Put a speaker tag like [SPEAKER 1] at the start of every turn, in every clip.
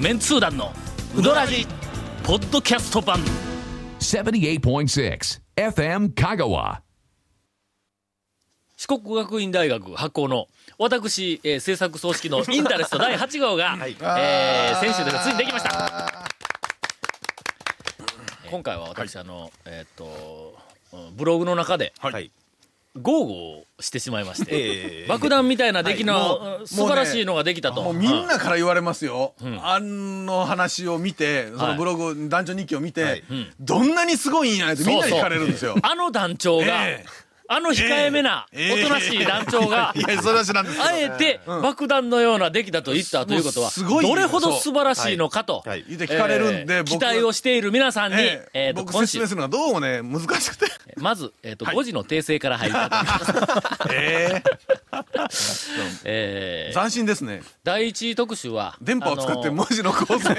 [SPEAKER 1] メンツー団のウドラジポッドキャスト版
[SPEAKER 2] 78.6 FM Kagawa.
[SPEAKER 1] 四国学院大学発行の私、えー制作総指揮のインタレスト第8号 が、えー先週ですねついにできました今回は私、あのえーっとうんブログの中で
[SPEAKER 3] はい。
[SPEAKER 1] 豪語をしてしまいまして、
[SPEAKER 3] ええ
[SPEAKER 1] 爆弾みたいな出来の、
[SPEAKER 3] はいもう
[SPEAKER 1] うん素晴らしいのができたと
[SPEAKER 3] もうみんなから言われますよ。あの話を見て、そのブログ、男女日記を見て、どんなにすごいんやねってみんなに聞かれるんですよ。
[SPEAKER 1] あの団長が、
[SPEAKER 3] ええ
[SPEAKER 1] あの控えめな、
[SPEAKER 3] ええ
[SPEAKER 1] おとな しい団長が、
[SPEAKER 3] いや、それは知らんですよ。
[SPEAKER 1] あえて爆弾のような出来だと言ったということは、
[SPEAKER 3] すごい
[SPEAKER 1] どれほど素晴らしいのかと、
[SPEAKER 4] はい
[SPEAKER 3] 言って聞かれるんで、
[SPEAKER 1] えー期
[SPEAKER 3] 僕
[SPEAKER 1] 待をしている皆さんに、
[SPEAKER 3] ええ
[SPEAKER 1] えーと
[SPEAKER 3] 僕
[SPEAKER 1] 今
[SPEAKER 3] 説
[SPEAKER 1] 週
[SPEAKER 3] 明するのがどうもね、難 しくて。
[SPEAKER 1] まず、えーと5時の訂正から入り たいと思います。
[SPEAKER 3] え
[SPEAKER 1] え
[SPEAKER 3] え
[SPEAKER 1] ー
[SPEAKER 3] 斬新ですね。
[SPEAKER 1] 第一特集は、
[SPEAKER 3] 電波を使って
[SPEAKER 1] あの
[SPEAKER 3] 文字の 構成。あ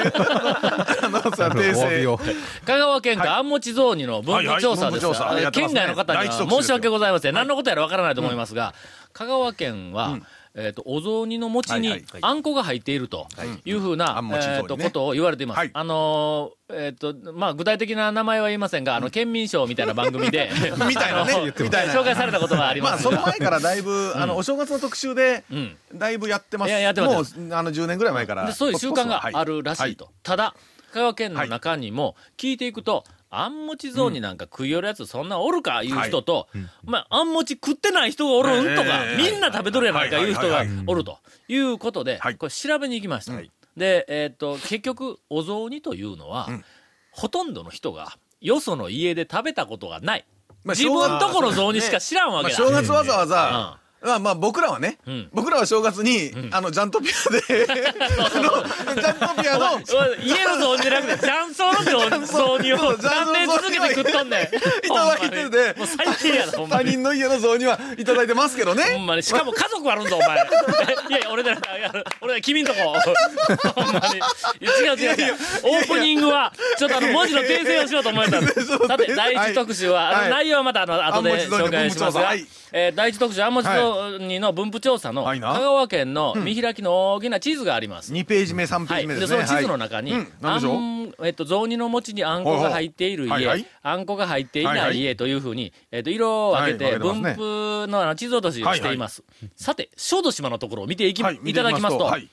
[SPEAKER 3] のさ、訂正。
[SPEAKER 1] 香川県下安茂地蔵にの分布調査です
[SPEAKER 3] はいはい分布調査
[SPEAKER 1] が、あの
[SPEAKER 3] やって
[SPEAKER 1] 県
[SPEAKER 3] ますね
[SPEAKER 1] 外の方に
[SPEAKER 3] 第一
[SPEAKER 1] は
[SPEAKER 3] 特集ですよ
[SPEAKER 1] 申し訳ございません。何のことやらわからないと思いますが、香川県は、えっと、お雑煮の餅
[SPEAKER 3] はい
[SPEAKER 1] に
[SPEAKER 3] はい
[SPEAKER 1] あんこが入っているというふうな
[SPEAKER 3] あ、ん
[SPEAKER 1] え
[SPEAKER 3] 餅通りね
[SPEAKER 1] っと、ことを言われていま
[SPEAKER 3] は
[SPEAKER 1] す
[SPEAKER 3] い。
[SPEAKER 1] あのー、えっと、まあ、具体的な名前は言いませんが、あの、県民賞みたいな番組で、
[SPEAKER 3] みたいなね
[SPEAKER 1] あの
[SPEAKER 3] 言ってました
[SPEAKER 1] 紹介されたことがあり
[SPEAKER 3] ま
[SPEAKER 1] ま
[SPEAKER 3] あ、
[SPEAKER 1] す
[SPEAKER 3] その
[SPEAKER 1] が。
[SPEAKER 3] 前からだいぶ、あの、お正月の特集で
[SPEAKER 1] ん、
[SPEAKER 3] だいぶやってます。
[SPEAKER 1] いややってます
[SPEAKER 3] もう、あの、10年ぐらい前から。
[SPEAKER 1] でそういう習慣があるらしいと。ただ、香川県の中にも聞いていくと、あんもち雑煮なんか食いよるやつそんなおるかいう人と、まあ、あんもち食ってない人がおるんとか、
[SPEAKER 3] ええ
[SPEAKER 1] みんな食べとるやないかいう人がおるということで、
[SPEAKER 3] はい
[SPEAKER 1] これ調べに行きました。
[SPEAKER 3] はい
[SPEAKER 1] で、えーっと、結局、お雑煮というのは、ほとんどの人が、よその家で食べたことがない。
[SPEAKER 3] まあ
[SPEAKER 1] 自分とこの雑煮しか知らんわ
[SPEAKER 3] ま
[SPEAKER 1] け
[SPEAKER 3] あ、
[SPEAKER 1] だ。
[SPEAKER 3] 正月わざわざ、まあまあ僕らはね、
[SPEAKER 1] ん
[SPEAKER 3] 僕らは正月に、あの、ジャントピアで、あの、ジャント ピアの、
[SPEAKER 1] 家の雑煮じゃなくて、雀荘の雑煮を何年続けて食っとんねん。
[SPEAKER 3] いただいてて
[SPEAKER 1] もう最低やな、ほんま
[SPEAKER 3] 他
[SPEAKER 1] に。
[SPEAKER 3] 人の家の像にはいただいてますけど
[SPEAKER 1] ほん
[SPEAKER 3] ね。
[SPEAKER 1] まに。しかも家族あるんだ、お前。いやいや、俺だ、いや俺だ、君んとこ。ほんまに。違う違う違う。オープニングは、ちょっとあの、文字の訂正をしようと思えたん です。さて、第一特集は、あ
[SPEAKER 3] は
[SPEAKER 1] の
[SPEAKER 3] い
[SPEAKER 1] 内容はまたあの、後で紹介しますが
[SPEAKER 3] 安茂地蔵の分布調査はい、
[SPEAKER 1] えー第一特集、あんもちとにの分布調査の、
[SPEAKER 3] は
[SPEAKER 1] 香
[SPEAKER 3] いな
[SPEAKER 1] 川県の見開きの大きな地図があります。
[SPEAKER 3] 2ページ目、3ペー
[SPEAKER 1] は
[SPEAKER 3] ジ
[SPEAKER 1] い、
[SPEAKER 3] 目
[SPEAKER 1] で
[SPEAKER 3] です
[SPEAKER 1] そ
[SPEAKER 3] ね。
[SPEAKER 1] の地図の中に、
[SPEAKER 3] はいうん
[SPEAKER 1] あ
[SPEAKER 3] 何でしょうん
[SPEAKER 1] えっと、雑煮の餅にあんこが入っている家、
[SPEAKER 3] はいはい
[SPEAKER 1] あんこが入っていない家というふうに、えっと、色を分け
[SPEAKER 3] は
[SPEAKER 1] て、
[SPEAKER 3] い分
[SPEAKER 1] 分
[SPEAKER 3] けてますね
[SPEAKER 1] 布のあの地図落としをしています。さて、小豆島のところを見ていき、
[SPEAKER 3] はいい、
[SPEAKER 1] ただきますと、
[SPEAKER 3] はい。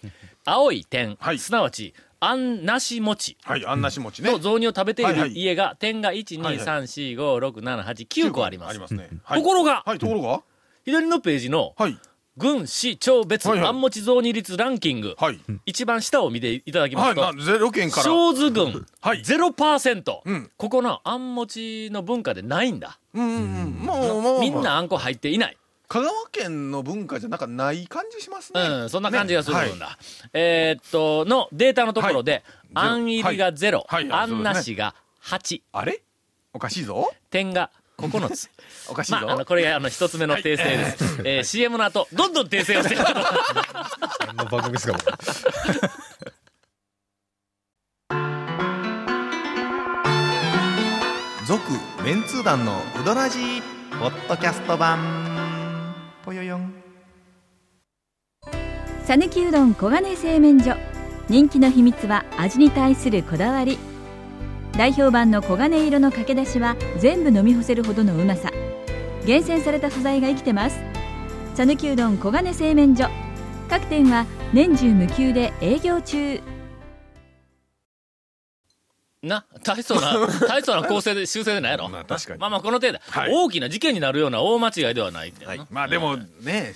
[SPEAKER 1] 青い点、
[SPEAKER 3] はい
[SPEAKER 1] すなわち、あんなし餅
[SPEAKER 3] はい、あんなし餅ね。
[SPEAKER 1] の雑煮を食べてい
[SPEAKER 3] はいは
[SPEAKER 1] る
[SPEAKER 3] い
[SPEAKER 1] 家が、点が1、
[SPEAKER 3] はい
[SPEAKER 1] 2、
[SPEAKER 3] はい
[SPEAKER 1] 3、4、5、6、7、8、9個あります。
[SPEAKER 3] ね。はい
[SPEAKER 1] ところが
[SPEAKER 3] はい、ところ
[SPEAKER 1] 左のページの、
[SPEAKER 3] がはい。
[SPEAKER 1] 軍市町別、
[SPEAKER 3] はいはい
[SPEAKER 1] あんもち雑煮率ランキング、
[SPEAKER 3] はい。
[SPEAKER 1] 一番下を見ていただきま
[SPEAKER 3] は
[SPEAKER 1] す
[SPEAKER 3] い、
[SPEAKER 1] と、
[SPEAKER 3] なゼロ件から。
[SPEAKER 1] 小津軍、
[SPEAKER 3] はい
[SPEAKER 1] 0%、
[SPEAKER 3] うん
[SPEAKER 1] ここのあん餅の文化でないんだ。
[SPEAKER 3] うんうんうん。もう、もう、
[SPEAKER 1] みん。なあんこ入っていない。
[SPEAKER 3] 香川県の文化じゃなんかない感じしますね。
[SPEAKER 1] うん、そんな感じがするんだ。
[SPEAKER 3] ね
[SPEAKER 1] えーっと、のデータのところで、
[SPEAKER 3] はい
[SPEAKER 1] あん入りが0、
[SPEAKER 3] はいはい
[SPEAKER 1] あんなしが8、
[SPEAKER 3] あれおかしいぞ。
[SPEAKER 1] 点が9つ。
[SPEAKER 3] おかしい
[SPEAKER 1] ま
[SPEAKER 3] ぞ。
[SPEAKER 1] あ、あの、これがあの、一つ目の訂正です。えー、CM の後、どんどん訂正をしてい く
[SPEAKER 5] の番組ですかもう
[SPEAKER 4] 続メンツー団のウドラジーポッドキャスト版ぽよよん
[SPEAKER 6] さぬきうどん黄金製麺所人気の秘密は味に対するこだわり代表版の黄金色のかけだしは全部飲み干せるほどのうまさ厳選された素材が生きてます「さぬきうどん黄金製麺所」各店は年中無休で営業中
[SPEAKER 1] な、大層な、大層な構成で、修正でないやろ。
[SPEAKER 3] まあ確かに
[SPEAKER 1] まあまあ、この程度、
[SPEAKER 3] はい
[SPEAKER 1] 大きな事件になるような大間違いではないってな
[SPEAKER 3] まあでもね、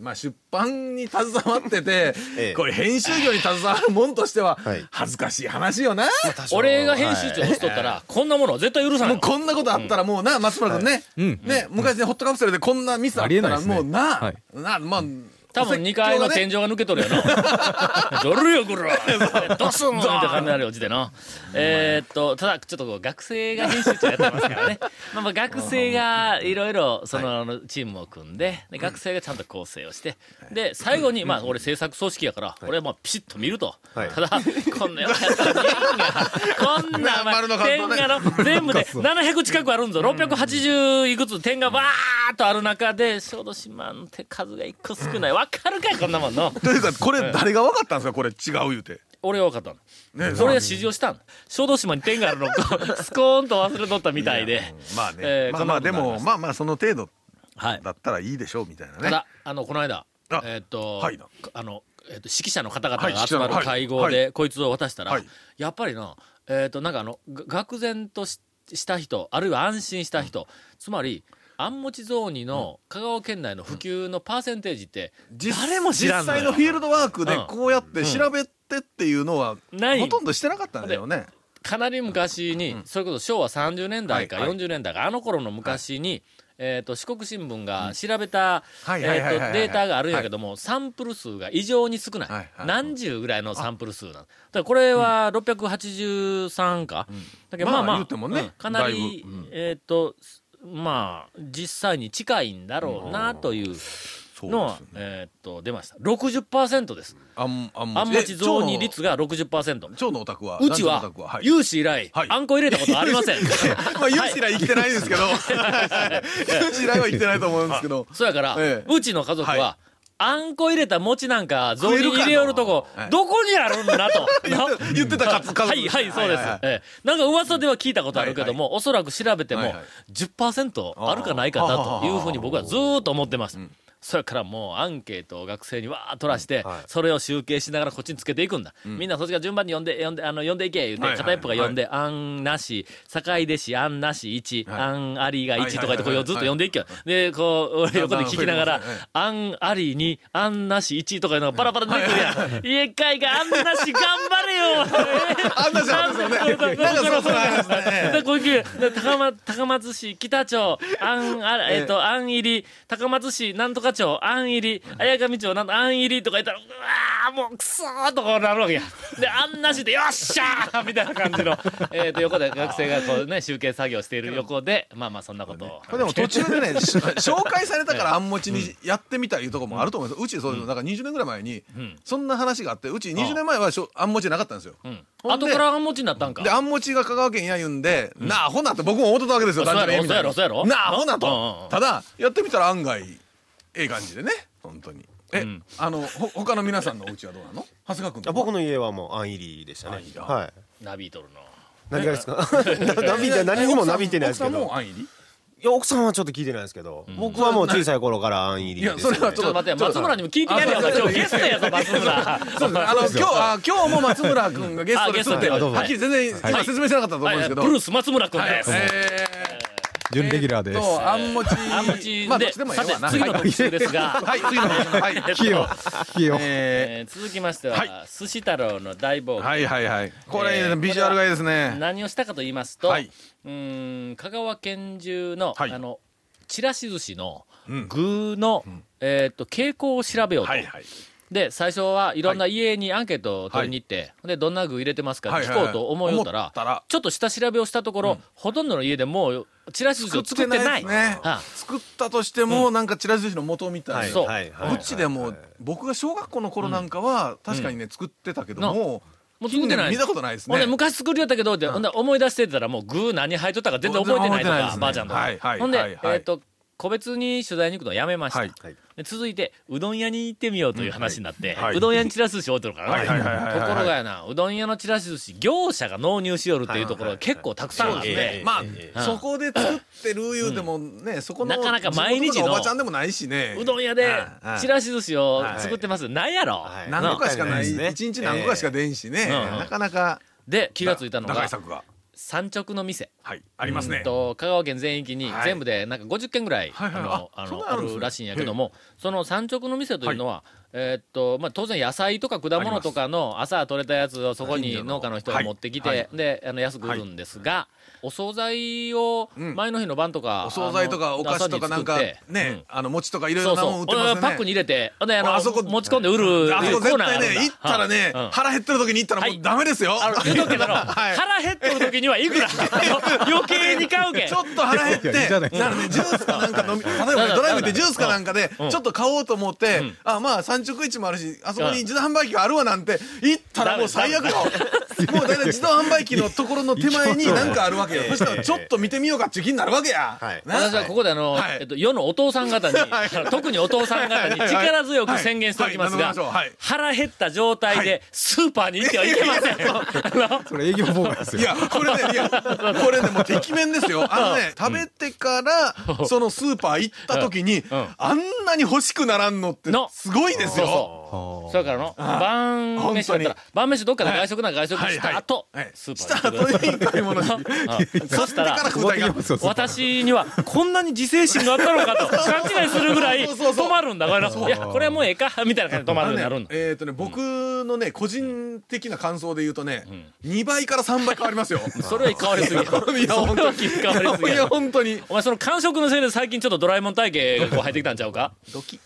[SPEAKER 3] まあ出版に携わってて、
[SPEAKER 4] ええ
[SPEAKER 3] これ編集業に携わるもんとしては
[SPEAKER 4] はい、
[SPEAKER 3] 恥ずかしい話よな。
[SPEAKER 1] 俺が編集長をしとったら、こんなものは絶対許さな
[SPEAKER 3] も。
[SPEAKER 1] いう
[SPEAKER 3] こんなことあったらもうな、松村君ね、ね、昔ね、ホットカプセルでこんなミスあった
[SPEAKER 5] ありえない
[SPEAKER 3] ら
[SPEAKER 5] ですね
[SPEAKER 3] もうな
[SPEAKER 5] は、
[SPEAKER 3] な、まあ、
[SPEAKER 1] 多分2階の天井が抜けとるよな。ドルよ、こら。ドスンみたいな感じになるよ、ちでな。えーっと、ただ、ちょっとこう学生が編集長やってますからね。まあまあ、学生がいろいろ、その、あのチームを組んでで、学生がちゃんと構成をして、で、最後に、まあ、俺制作組織やから、俺はまあ、ピシッと見ると。
[SPEAKER 4] はい
[SPEAKER 1] ただ、こんなようやったら見えんが、こんな、まあ
[SPEAKER 3] 丸の数
[SPEAKER 1] 点
[SPEAKER 3] もね
[SPEAKER 1] がの、全部で700近くあるんぞ。680いくつ点がバーっとある中で、小豆島の手数が一個少ない。わかるかい、こんなもんの。
[SPEAKER 3] というか、これ誰が分かったんですかこれ違う言うて。
[SPEAKER 1] 俺は分かったの。
[SPEAKER 3] ね
[SPEAKER 1] それが指示をしたの。小豆島に点があるの をスコーンと忘れとったみたいで。
[SPEAKER 3] まあね、
[SPEAKER 1] えー
[SPEAKER 3] まあまあ
[SPEAKER 1] こんな
[SPEAKER 3] で
[SPEAKER 1] ことになりま
[SPEAKER 3] も
[SPEAKER 1] した
[SPEAKER 3] まあまあその程度
[SPEAKER 1] はい。
[SPEAKER 3] だったらいいでしょうみたいな
[SPEAKER 1] た
[SPEAKER 3] ね
[SPEAKER 1] だ、あの、この間、
[SPEAKER 3] あ
[SPEAKER 1] えーっと、
[SPEAKER 3] はいな
[SPEAKER 1] あの、えーっと、指揮者の方々
[SPEAKER 3] はい指
[SPEAKER 1] が
[SPEAKER 3] 揮
[SPEAKER 1] 集
[SPEAKER 3] 者の
[SPEAKER 1] まる会合
[SPEAKER 3] は
[SPEAKER 1] で、こいつを渡したら、
[SPEAKER 3] はい
[SPEAKER 1] やっぱりな、えーっと、なんかあの、が愕然としした人、あるいは安心した人、つまり、あんもち雑煮の香川県内の普及のパーセンテージって、誰も知らん
[SPEAKER 3] 実
[SPEAKER 1] の
[SPEAKER 3] 際
[SPEAKER 1] よ
[SPEAKER 3] のフィールドワークで
[SPEAKER 1] うん
[SPEAKER 3] こうやって調べてっていうのは
[SPEAKER 1] ない
[SPEAKER 3] ほとんどしてなかったんだよね
[SPEAKER 1] かなり昔に、それこそ昭和30年代か
[SPEAKER 3] はいはい
[SPEAKER 1] 40年代か、あの頃の昔に、えー、と四国新聞が調べた、
[SPEAKER 3] はい
[SPEAKER 1] え
[SPEAKER 3] はいはいはい
[SPEAKER 1] ー
[SPEAKER 3] は
[SPEAKER 1] と
[SPEAKER 3] い
[SPEAKER 1] データがあるんやけども、サンプル数が異常に少ない,、
[SPEAKER 3] はいはい
[SPEAKER 1] 何十ぐらいのサンプル数なのだからこれは683か、だけどまあま
[SPEAKER 3] ま
[SPEAKER 1] あ
[SPEAKER 3] あ言うてもね
[SPEAKER 1] うんかな
[SPEAKER 3] だい
[SPEAKER 1] り、
[SPEAKER 3] ぶうん
[SPEAKER 1] えっ、とまあ実際に近いんだろうなというのは、えっ、と出ました60%です、
[SPEAKER 3] あんあん
[SPEAKER 1] あんもち
[SPEAKER 3] ゾ
[SPEAKER 1] 雑煮率が60%
[SPEAKER 3] 蝶のお宅は
[SPEAKER 1] うち
[SPEAKER 3] 男女の
[SPEAKER 1] は
[SPEAKER 3] お宅は、はい
[SPEAKER 1] 有史以来、
[SPEAKER 3] はい
[SPEAKER 1] あんこ入れたことありません。
[SPEAKER 3] まあユーシラ生きてないで すけどユーシラは生きてないと思うんですけど
[SPEAKER 1] そうやから、
[SPEAKER 3] ええ
[SPEAKER 1] うちの家族は、
[SPEAKER 3] は
[SPEAKER 1] あんこ入れた餅なんか、雑煮に
[SPEAKER 3] 食えるか
[SPEAKER 1] 入れよるとこ
[SPEAKER 3] は、い
[SPEAKER 1] どこにあるんだと。な
[SPEAKER 3] 言って言ってたかつ家族
[SPEAKER 1] はい、はい、そうです
[SPEAKER 3] はいはい。
[SPEAKER 1] ええなんか噂では聞いたことあるけども、おそらく調べて
[SPEAKER 3] は
[SPEAKER 1] も
[SPEAKER 3] いはい、
[SPEAKER 1] 10%あるかないかだというふうに僕はずーっと思ってます。それからもうアンケートを学生にわーっと取らして、それを集計しながらこっちにつけていくんだ。みんなそっちが順番に呼んで、呼んで、あの、呼んでいけ、言
[SPEAKER 3] はい
[SPEAKER 1] っ
[SPEAKER 3] は
[SPEAKER 1] て、片
[SPEAKER 3] い
[SPEAKER 1] 一方が呼んで、あんなし、坂出し、あんなし1、
[SPEAKER 3] はい
[SPEAKER 1] あんありが1とか言って、こ
[SPEAKER 3] はいはいはいは
[SPEAKER 1] れ
[SPEAKER 3] い
[SPEAKER 1] をずっと呼んでいけよ。で、こう、俺横で聞きながら
[SPEAKER 3] だんだん増えてますねはい、
[SPEAKER 1] あんありに、あんなし1とかいうのがバラバラ出てくるやん。家会があんなし頑張れよ
[SPEAKER 3] あんなじゃんですよねなんかそうそうなんですね
[SPEAKER 1] でこういう高松高松市北町あんあらえっ、とあん入り高松市なんとか町あん入り綾上町なんとあん入りとか言ったらうわーもうくそーとこうなるわけやであんなしでよっしゃーみたいな感じのえっと横で学生がこうね集計作業している横でまあまあそんなことを
[SPEAKER 3] これでも途中で ねし紹介されたからあんもちにやってみたいうとこもあると思います、うちそういうのなんか20年ぐらい前に
[SPEAKER 1] ん
[SPEAKER 3] そんな話があってうち20年前はしょあんもちなかったんですよ、
[SPEAKER 1] うん
[SPEAKER 3] ほんで
[SPEAKER 1] 後からあん持ちになったんか
[SPEAKER 3] であんもちが香川県や言うんで、なあほなって僕も思ってたわけですよ
[SPEAKER 1] そうやろ
[SPEAKER 3] 単純にみたいな
[SPEAKER 1] そうやろそうやろ
[SPEAKER 3] なあほなと、
[SPEAKER 1] うんうんうん
[SPEAKER 3] ただやってみたら案外ええ感じでね本当にえ、
[SPEAKER 1] うん
[SPEAKER 3] あのほ他の皆さんのお家はどうなの長谷川君
[SPEAKER 5] あ僕の家はもうあん入りでしたね
[SPEAKER 3] あいいな
[SPEAKER 5] はい
[SPEAKER 1] ナビートルの
[SPEAKER 5] 何がですか なびいて何にもなびいてないですけ
[SPEAKER 3] 奥さん
[SPEAKER 5] ど
[SPEAKER 3] も安入り
[SPEAKER 5] いや奥さんはちょっと聞いてないですけど、僕はもう小さい頃からあん入りです、ね、
[SPEAKER 3] いやそれは
[SPEAKER 1] ちょっと待って
[SPEAKER 3] ちょっと
[SPEAKER 1] 松村にも聞いてやれよ
[SPEAKER 3] あそうそう
[SPEAKER 1] 今日ゲストやぞ松村
[SPEAKER 3] そうですねあの今日あ今日も松村君がゲストで来てて
[SPEAKER 1] あゲストで
[SPEAKER 3] はっきり全然今説明してなかったと思うんですけど、
[SPEAKER 1] はいブルース松村君
[SPEAKER 3] はい
[SPEAKER 1] です、
[SPEAKER 3] えー
[SPEAKER 5] 準レギュラーです、
[SPEAKER 3] えっとあんもち。
[SPEAKER 1] あんもち
[SPEAKER 3] まあ、ど
[SPEAKER 1] で、
[SPEAKER 3] っちでもええ
[SPEAKER 1] さて
[SPEAKER 3] わな、
[SPEAKER 1] 次の
[SPEAKER 3] はい
[SPEAKER 1] 特集ですが、
[SPEAKER 3] はい、次の話し ますはい。
[SPEAKER 5] 器用器用
[SPEAKER 3] え
[SPEAKER 1] えー続きましては、
[SPEAKER 3] はい
[SPEAKER 1] 寿司太郎の大冒険、
[SPEAKER 3] ーはいはいはい。これ、
[SPEAKER 1] えー
[SPEAKER 3] ビジュアルがいいですね。
[SPEAKER 1] 何をしたかと言いますと、
[SPEAKER 3] は
[SPEAKER 1] う
[SPEAKER 3] い
[SPEAKER 1] ーん香川県中の、
[SPEAKER 3] はい
[SPEAKER 1] あのちらし寿司の
[SPEAKER 3] うん
[SPEAKER 1] 具の、えーっと傾向を調べようと、
[SPEAKER 3] はいはい。
[SPEAKER 1] で最初はいろんな家にアンケートを取りに行って、でどんな具入れてますかって聞こうと思いよったら,、
[SPEAKER 3] はいはいはい思ったら
[SPEAKER 1] ちょっと下調べをしたところ、ほとんどの家でもうちらし寿司を作ってない
[SPEAKER 3] ですね
[SPEAKER 1] は。
[SPEAKER 3] 作ったとしても、なんかチラシ寿司の元みたいな。
[SPEAKER 1] そう
[SPEAKER 5] はいはいう
[SPEAKER 3] ちでも、僕が小学校の頃なんかは、確かにね、作ってたけども。
[SPEAKER 1] もう作ってない
[SPEAKER 3] 近年見たことないです
[SPEAKER 1] ほんで、
[SPEAKER 3] ね。
[SPEAKER 1] 昔作りよったけど、でほんで思い出してたら、もう具何入っとったか全然覚えてないと
[SPEAKER 3] 全然覚えてないで
[SPEAKER 1] か
[SPEAKER 3] す、ね
[SPEAKER 1] ばあちゃんとか。
[SPEAKER 3] はいはい
[SPEAKER 1] ほんで、
[SPEAKER 3] はいはい
[SPEAKER 1] えっ、と、個別に取材に行くのをやめました、
[SPEAKER 3] はい
[SPEAKER 5] はい
[SPEAKER 1] で続いて、うどん屋に行ってみようという話になって、う
[SPEAKER 3] うんはいう
[SPEAKER 1] どん屋にちらし寿司置いてるからな、
[SPEAKER 3] はいはいはいはいはい
[SPEAKER 1] ところがやな、うどん屋のちらし寿司、業者が納入しよるっていうところが結構たくさんあって、
[SPEAKER 5] ええ
[SPEAKER 3] ま
[SPEAKER 5] え
[SPEAKER 1] え
[SPEAKER 3] あ、そこで作ってるいうでもね、そこの。
[SPEAKER 1] なかなか毎日の
[SPEAKER 3] 地元とかおばちゃんでもないしね。
[SPEAKER 1] うどん屋で
[SPEAKER 3] はいはい
[SPEAKER 1] ちらし寿司を作ってます。なんやろ、
[SPEAKER 5] はい
[SPEAKER 1] な
[SPEAKER 3] 何個かしかない。
[SPEAKER 5] ないですね
[SPEAKER 3] 一日何個かしか出んしね。
[SPEAKER 1] ええ
[SPEAKER 3] なかなか。
[SPEAKER 1] で、気がついたの
[SPEAKER 3] 打
[SPEAKER 1] が
[SPEAKER 3] 開、策が。
[SPEAKER 1] 三直の店。
[SPEAKER 3] はい。あります
[SPEAKER 1] う
[SPEAKER 3] ね
[SPEAKER 1] ん。と香川県全域に
[SPEAKER 3] はい
[SPEAKER 1] 全部でなんか50軒ぐらい、
[SPEAKER 3] はいはい
[SPEAKER 1] あのあ
[SPEAKER 3] あそん
[SPEAKER 1] の
[SPEAKER 3] な
[SPEAKER 1] あ
[SPEAKER 3] あるんですね
[SPEAKER 1] るらしいんやけども、その産直の店というのは、えーっとまあ、当然野菜とか果物とかの朝取れたやつをそこ
[SPEAKER 3] 近
[SPEAKER 1] に
[SPEAKER 3] 所の
[SPEAKER 1] 農家の人が持ってきて、
[SPEAKER 3] はいは
[SPEAKER 1] であの安く売るんですが、お惣菜を
[SPEAKER 3] うん
[SPEAKER 1] 前の日の晩とか、
[SPEAKER 3] お惣菜と
[SPEAKER 1] あ
[SPEAKER 3] か
[SPEAKER 1] の
[SPEAKER 3] お菓子とかなんか
[SPEAKER 1] 朝に作って
[SPEAKER 3] ね、あの餅とかいろい
[SPEAKER 1] そ
[SPEAKER 3] ろ
[SPEAKER 1] う
[SPEAKER 3] な
[SPEAKER 1] そ
[SPEAKER 3] もん売
[SPEAKER 1] う
[SPEAKER 3] っ、て
[SPEAKER 1] 俺は
[SPEAKER 3] ます
[SPEAKER 1] パックに
[SPEAKER 3] よね。
[SPEAKER 1] 入れて、ほんであの
[SPEAKER 3] あそこ
[SPEAKER 1] 持ち込んで売る
[SPEAKER 3] あそこ
[SPEAKER 1] コー
[SPEAKER 3] 絶
[SPEAKER 1] ナー
[SPEAKER 3] 対
[SPEAKER 1] あるんだ
[SPEAKER 3] ね、行ったらね
[SPEAKER 1] はいう、ん
[SPEAKER 3] 腹減ってる時に行ったらも
[SPEAKER 1] はいう
[SPEAKER 3] ダメですよ。
[SPEAKER 1] あの言うとくけど
[SPEAKER 3] はい
[SPEAKER 1] 腹減ってる時にはいくら 余計に買うけん
[SPEAKER 3] ちょっと腹減って、
[SPEAKER 5] いやいいじゃない
[SPEAKER 3] なのでジュースかなんか飲み、例えば
[SPEAKER 1] だから
[SPEAKER 3] ねドライブでジュースかなんかで、ちょっと買おうと思って、あ、まあ30産直市もあるしあそこに自動販売機があるわなんて行ったらもう最悪よ もう大体自動販売機のところの手前に何かあるわけよそしたらちょっと見てみようかっていう気になるわけや、
[SPEAKER 5] はい
[SPEAKER 3] な
[SPEAKER 1] 私はここであの、
[SPEAKER 3] はい
[SPEAKER 1] えっと、世のお父さん方に、 特にお父さん方に力強く宣言しておきますが
[SPEAKER 3] はいはいはいはいはい、
[SPEAKER 1] 腹減った状態でスーパーに行ってはいけません。あの
[SPEAKER 5] それ営業妨害です
[SPEAKER 3] い
[SPEAKER 5] よ。
[SPEAKER 3] や、これね、いや、これね、もう、てきめんで すよ。あのね、食べてから、そのスーパー行った時に
[SPEAKER 1] ん、
[SPEAKER 3] あんなに欲しくならんのって
[SPEAKER 1] の、
[SPEAKER 3] すごいです
[SPEAKER 1] そう
[SPEAKER 3] よ。
[SPEAKER 1] そう。それからの、晩飯だった
[SPEAKER 3] 本当に
[SPEAKER 1] ら、晩飯どっかで外食なら外食した後
[SPEAKER 3] はいはい、
[SPEAKER 1] スー
[SPEAKER 3] し
[SPEAKER 1] パ
[SPEAKER 3] た
[SPEAKER 1] ーに行ってください
[SPEAKER 3] 後に買い物に。
[SPEAKER 1] うんそした、
[SPEAKER 3] だからら食うたいが。
[SPEAKER 5] そうそうそう
[SPEAKER 1] 私にはこんなに自制心があったのか と勘違いするぐらい
[SPEAKER 3] そうそうそう
[SPEAKER 1] 止まるんだから、いや、これはもうええか、みたいな感じで止まるようにな
[SPEAKER 3] あ
[SPEAKER 1] る
[SPEAKER 3] の
[SPEAKER 1] ん
[SPEAKER 3] ね
[SPEAKER 1] だ。
[SPEAKER 3] えっとね、僕のね、個人的な感想で言うとね、2倍から3倍変わりますよ。
[SPEAKER 1] それは変わりすぎや。そ
[SPEAKER 3] いや、本
[SPEAKER 1] れ
[SPEAKER 3] 当
[SPEAKER 1] は
[SPEAKER 3] に。
[SPEAKER 1] 気変わりすぎ
[SPEAKER 3] い
[SPEAKER 1] や
[SPEAKER 3] や、。本当に。
[SPEAKER 1] お前その感触のせいで最近ちょっとドラえもん体型がこう入ってきたんちゃう か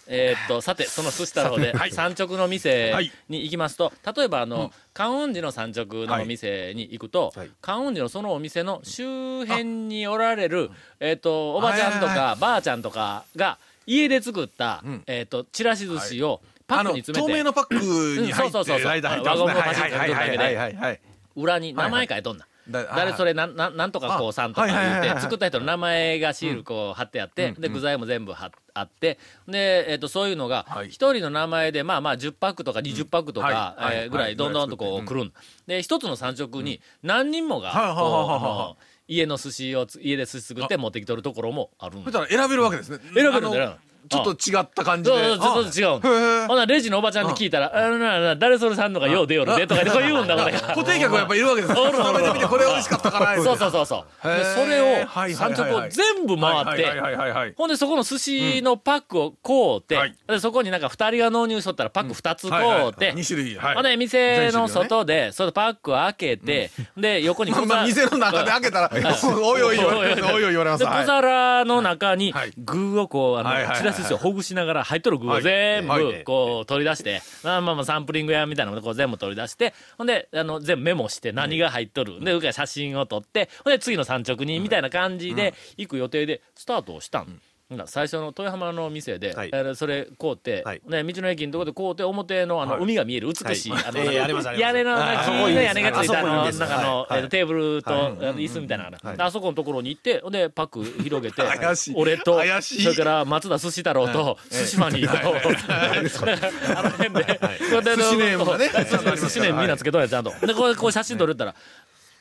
[SPEAKER 1] えーっと、さて、その寿司太郎で、産直の店に行きますと、例えばあの、観音寺の産直のお店に行くと、観音寺のそのお店の周辺におられる、えーっと、おばちゃんと
[SPEAKER 3] はいはい
[SPEAKER 1] か、ばあちゃんとかが、家で作った、えーっと、ちらし寿司をパッ
[SPEAKER 3] あ
[SPEAKER 1] ク
[SPEAKER 3] の、
[SPEAKER 1] に詰め
[SPEAKER 3] 透
[SPEAKER 1] て、
[SPEAKER 3] 明のパックに入
[SPEAKER 1] うんそう
[SPEAKER 3] っ
[SPEAKER 1] そうそう
[SPEAKER 3] て、
[SPEAKER 1] そう
[SPEAKER 3] ライダー入ってます
[SPEAKER 1] 輪
[SPEAKER 3] ね。
[SPEAKER 1] ゴムをパシッとかけるだけで
[SPEAKER 3] はいはいはいはい。
[SPEAKER 1] 裏に名前書いとんな。
[SPEAKER 3] だ
[SPEAKER 1] 誰それなんなんなんとかこうさんとか
[SPEAKER 3] はいはいはい
[SPEAKER 1] 言っ
[SPEAKER 3] は
[SPEAKER 1] て
[SPEAKER 3] い
[SPEAKER 1] 作った人の名前がシールこう貼ってあってで具材も全部貼っあってでえっとそういうのが
[SPEAKER 3] はい
[SPEAKER 1] 一人の名前でまあまあ10パックとか20パックとか
[SPEAKER 3] はいはい
[SPEAKER 1] えーぐらいどんどんとこう来るんで一つの産直に何人もがこう
[SPEAKER 3] はいはいはいはいはい
[SPEAKER 1] あの家の寿司をつ家で寿司作って持ってきとるところもあるん
[SPEAKER 3] そしたら選べるわけですね。選
[SPEAKER 1] べるんだよ
[SPEAKER 3] ちょっと違った感じ
[SPEAKER 1] そう
[SPEAKER 3] で。
[SPEAKER 1] そうそうそう違うん
[SPEAKER 3] へえ
[SPEAKER 1] ほなレジのおばちゃんに聞いたら「あのなな誰それさんのがよう出よるで」とか言ってこう言うんだこれが
[SPEAKER 3] 固定客がやっぱいるわけですね。
[SPEAKER 1] おるおるおる
[SPEAKER 3] 食べてみてこれ美味しかったから。
[SPEAKER 1] そうそうそうそう。
[SPEAKER 3] へ
[SPEAKER 1] で
[SPEAKER 3] ー
[SPEAKER 1] それを、
[SPEAKER 3] はいはいはいはい
[SPEAKER 1] 産直を全部回っ
[SPEAKER 3] はいはいはいはいはい
[SPEAKER 1] て、ほんでそこの寿司のパックを買うて、
[SPEAKER 3] はい
[SPEAKER 1] でそこになんか2人が納入しとったらパック2つ買うて、
[SPEAKER 3] 2種類。
[SPEAKER 1] ほんで店の外で、そのパックを開けて、で横に
[SPEAKER 3] まあまあ店の中で開けたら、おいおい言われます。おいおい言われます。
[SPEAKER 1] で小皿の中に
[SPEAKER 3] はい
[SPEAKER 1] 具をこうあの
[SPEAKER 3] はいはいはい
[SPEAKER 1] ちらすしをほぐしながら入っとる具を全
[SPEAKER 3] はい
[SPEAKER 1] 部こう取り出してまあまあまあサンプリング屋みたいなのでこう全部取り出してほんであの全部メモして何が入っとるでうか写真を撮ってほんで次の産直にみたいな感じで行く予定でスタートをしたん。ほんなら最初の豊浜の店で、
[SPEAKER 5] はい
[SPEAKER 1] えーそれ買うて、
[SPEAKER 5] はい
[SPEAKER 1] ね、道の駅のところで買うて表のあの、海が見える美しい、あの
[SPEAKER 5] えーありますあります
[SPEAKER 1] 屋根の
[SPEAKER 5] あ
[SPEAKER 1] 中
[SPEAKER 5] そこ
[SPEAKER 1] 黄色い
[SPEAKER 5] いいです
[SPEAKER 1] 屋根がついたあ
[SPEAKER 5] あそこいい
[SPEAKER 1] の
[SPEAKER 5] です
[SPEAKER 1] 中の、
[SPEAKER 5] はい
[SPEAKER 1] えーテーブルと、
[SPEAKER 5] はい
[SPEAKER 1] あの椅子みたいなのがある、
[SPEAKER 5] はい
[SPEAKER 1] であそこのところに行って、ほんで、パック広げて
[SPEAKER 3] 怪し、い
[SPEAKER 1] 俺と、
[SPEAKER 3] 怪しい
[SPEAKER 1] それから松田寿司太郎と、寿司マニーと、あの辺で、こうやってあの
[SPEAKER 3] 寿司ネームがね
[SPEAKER 1] そうそう寿司ネームみんなつけとんや、ちゃんと。で、こうこう写真撮れたら、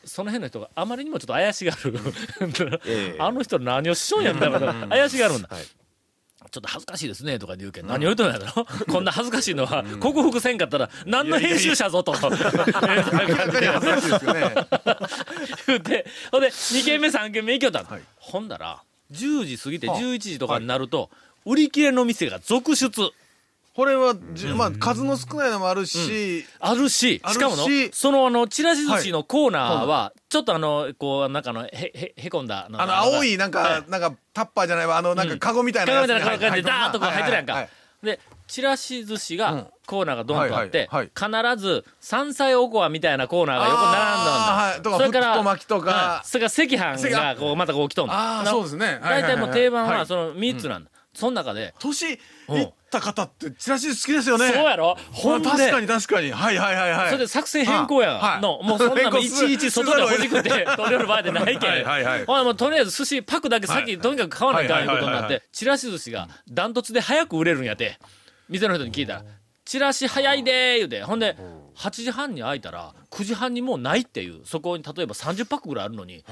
[SPEAKER 1] その辺の人があまりにもちょっと怪しがる。
[SPEAKER 5] ええ
[SPEAKER 1] あの人何をしようんやみたいなことが怪しがるんだ。ちょっと恥ずかしいですねとか言うけど、何を言うとんやろこんな恥ずかしいのは、克服せんかったら、何の編集者ぞと。
[SPEAKER 3] 明 らかに恥ずかしいですよね。
[SPEAKER 1] 言うて、ほんで、2軒目、3軒目行きよったん、
[SPEAKER 3] はい
[SPEAKER 1] ほんだら、10時過ぎて11時とかになると、売り切れの店が続出
[SPEAKER 3] これは、まあ、数の少ないのもあるし、
[SPEAKER 1] あるし、しかもの
[SPEAKER 3] あるし、
[SPEAKER 1] その、あの、チラシ寿司のコーナーは、ちょっとあの、こう、なんかあの、へ、へ、へこんだ。
[SPEAKER 3] あの、青い、なんか、なんか、タッパーじゃないわ、あの、なんか、カゴみたいな
[SPEAKER 1] 鏡
[SPEAKER 3] や
[SPEAKER 1] み
[SPEAKER 3] つ
[SPEAKER 1] たいな顔が出たーっとこう入ってるやん
[SPEAKER 3] は
[SPEAKER 1] か
[SPEAKER 3] い。
[SPEAKER 1] で、チラシ寿司が、コーナーがドンとあって、
[SPEAKER 3] はい
[SPEAKER 1] 必ず、山菜おこわみたいなコーナーが横に並んだんだ。
[SPEAKER 3] あーはいとかふっと巻きとか
[SPEAKER 1] うんそれから赤飯が、
[SPEAKER 3] 赤
[SPEAKER 1] こう、またこう来とんだ。
[SPEAKER 3] あー
[SPEAKER 1] な
[SPEAKER 3] そうですねは
[SPEAKER 1] 大
[SPEAKER 3] い
[SPEAKER 1] 体もう定番
[SPEAKER 3] はいは
[SPEAKER 1] は、
[SPEAKER 3] い
[SPEAKER 1] その3つなんだ。その中で、
[SPEAKER 3] 年いった方って、チラシ好きですよね。
[SPEAKER 1] そうやろほんで、
[SPEAKER 3] 確かに確かに。はいはいはいはい。
[SPEAKER 1] それで作戦変更やん。
[SPEAKER 3] はい
[SPEAKER 1] の、もうそんなのいちいち外でほじく って、取れる場合でないけん。
[SPEAKER 3] はいはいはい
[SPEAKER 1] ほなもうとりあえず寿司パックだけ先、
[SPEAKER 3] はい
[SPEAKER 1] とにかく買わないかん
[SPEAKER 3] はいいうは
[SPEAKER 1] こ
[SPEAKER 3] いはい
[SPEAKER 1] とに
[SPEAKER 3] はい
[SPEAKER 1] なって、チラシ寿司がダントツで早く売れるんやて。店の人に聞いたら、チラシ早いでー言うて。ほんで、8時半に開いたら、9時半にもうないっていう、そこに例えば30パックぐらいあるのに、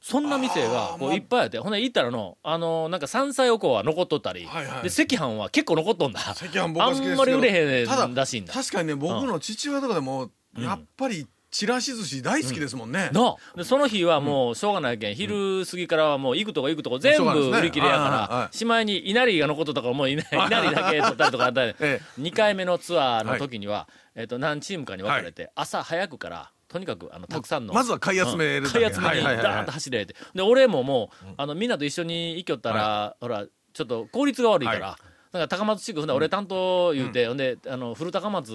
[SPEAKER 1] そんな店がこういっぱいあって、ほんで行ったらの、あのー、なんか山菜おこわ残っとったり、
[SPEAKER 3] はいはい
[SPEAKER 1] で、赤飯は結構残っとんだ。
[SPEAKER 3] 赤飯僕は好きですけど
[SPEAKER 1] あんまり売れへ
[SPEAKER 3] た
[SPEAKER 1] んらしいんだ。
[SPEAKER 3] 確かにね僕の父親とかでも、やっぱりちらし寿司大好きですもんね、
[SPEAKER 1] のでその日はもうしょうがないけん、昼過ぎからはもう行くとこ行くとこ全
[SPEAKER 3] しょうがない
[SPEAKER 1] 部
[SPEAKER 3] ですね
[SPEAKER 1] 売り切れや
[SPEAKER 3] はいはい
[SPEAKER 1] か
[SPEAKER 3] は
[SPEAKER 1] ら、しまいに稲荷が残っとったからもう稲稲荷だけ取ったりとかあったり、
[SPEAKER 3] え
[SPEAKER 1] 2回目のツアーの時には、えっと何チームかに分かれて、朝早くから、とにかくあのたくさんの。
[SPEAKER 3] まずは買い集めるだけ、
[SPEAKER 1] 買い集めに
[SPEAKER 3] はいはいはい
[SPEAKER 1] ダーンと走れて、で俺ももう、あのみんなと一緒に行きよったら、ほらちょっと効率が悪いから。なんか高松地区、ほんで俺担当言うて、ほんで、あの、古高松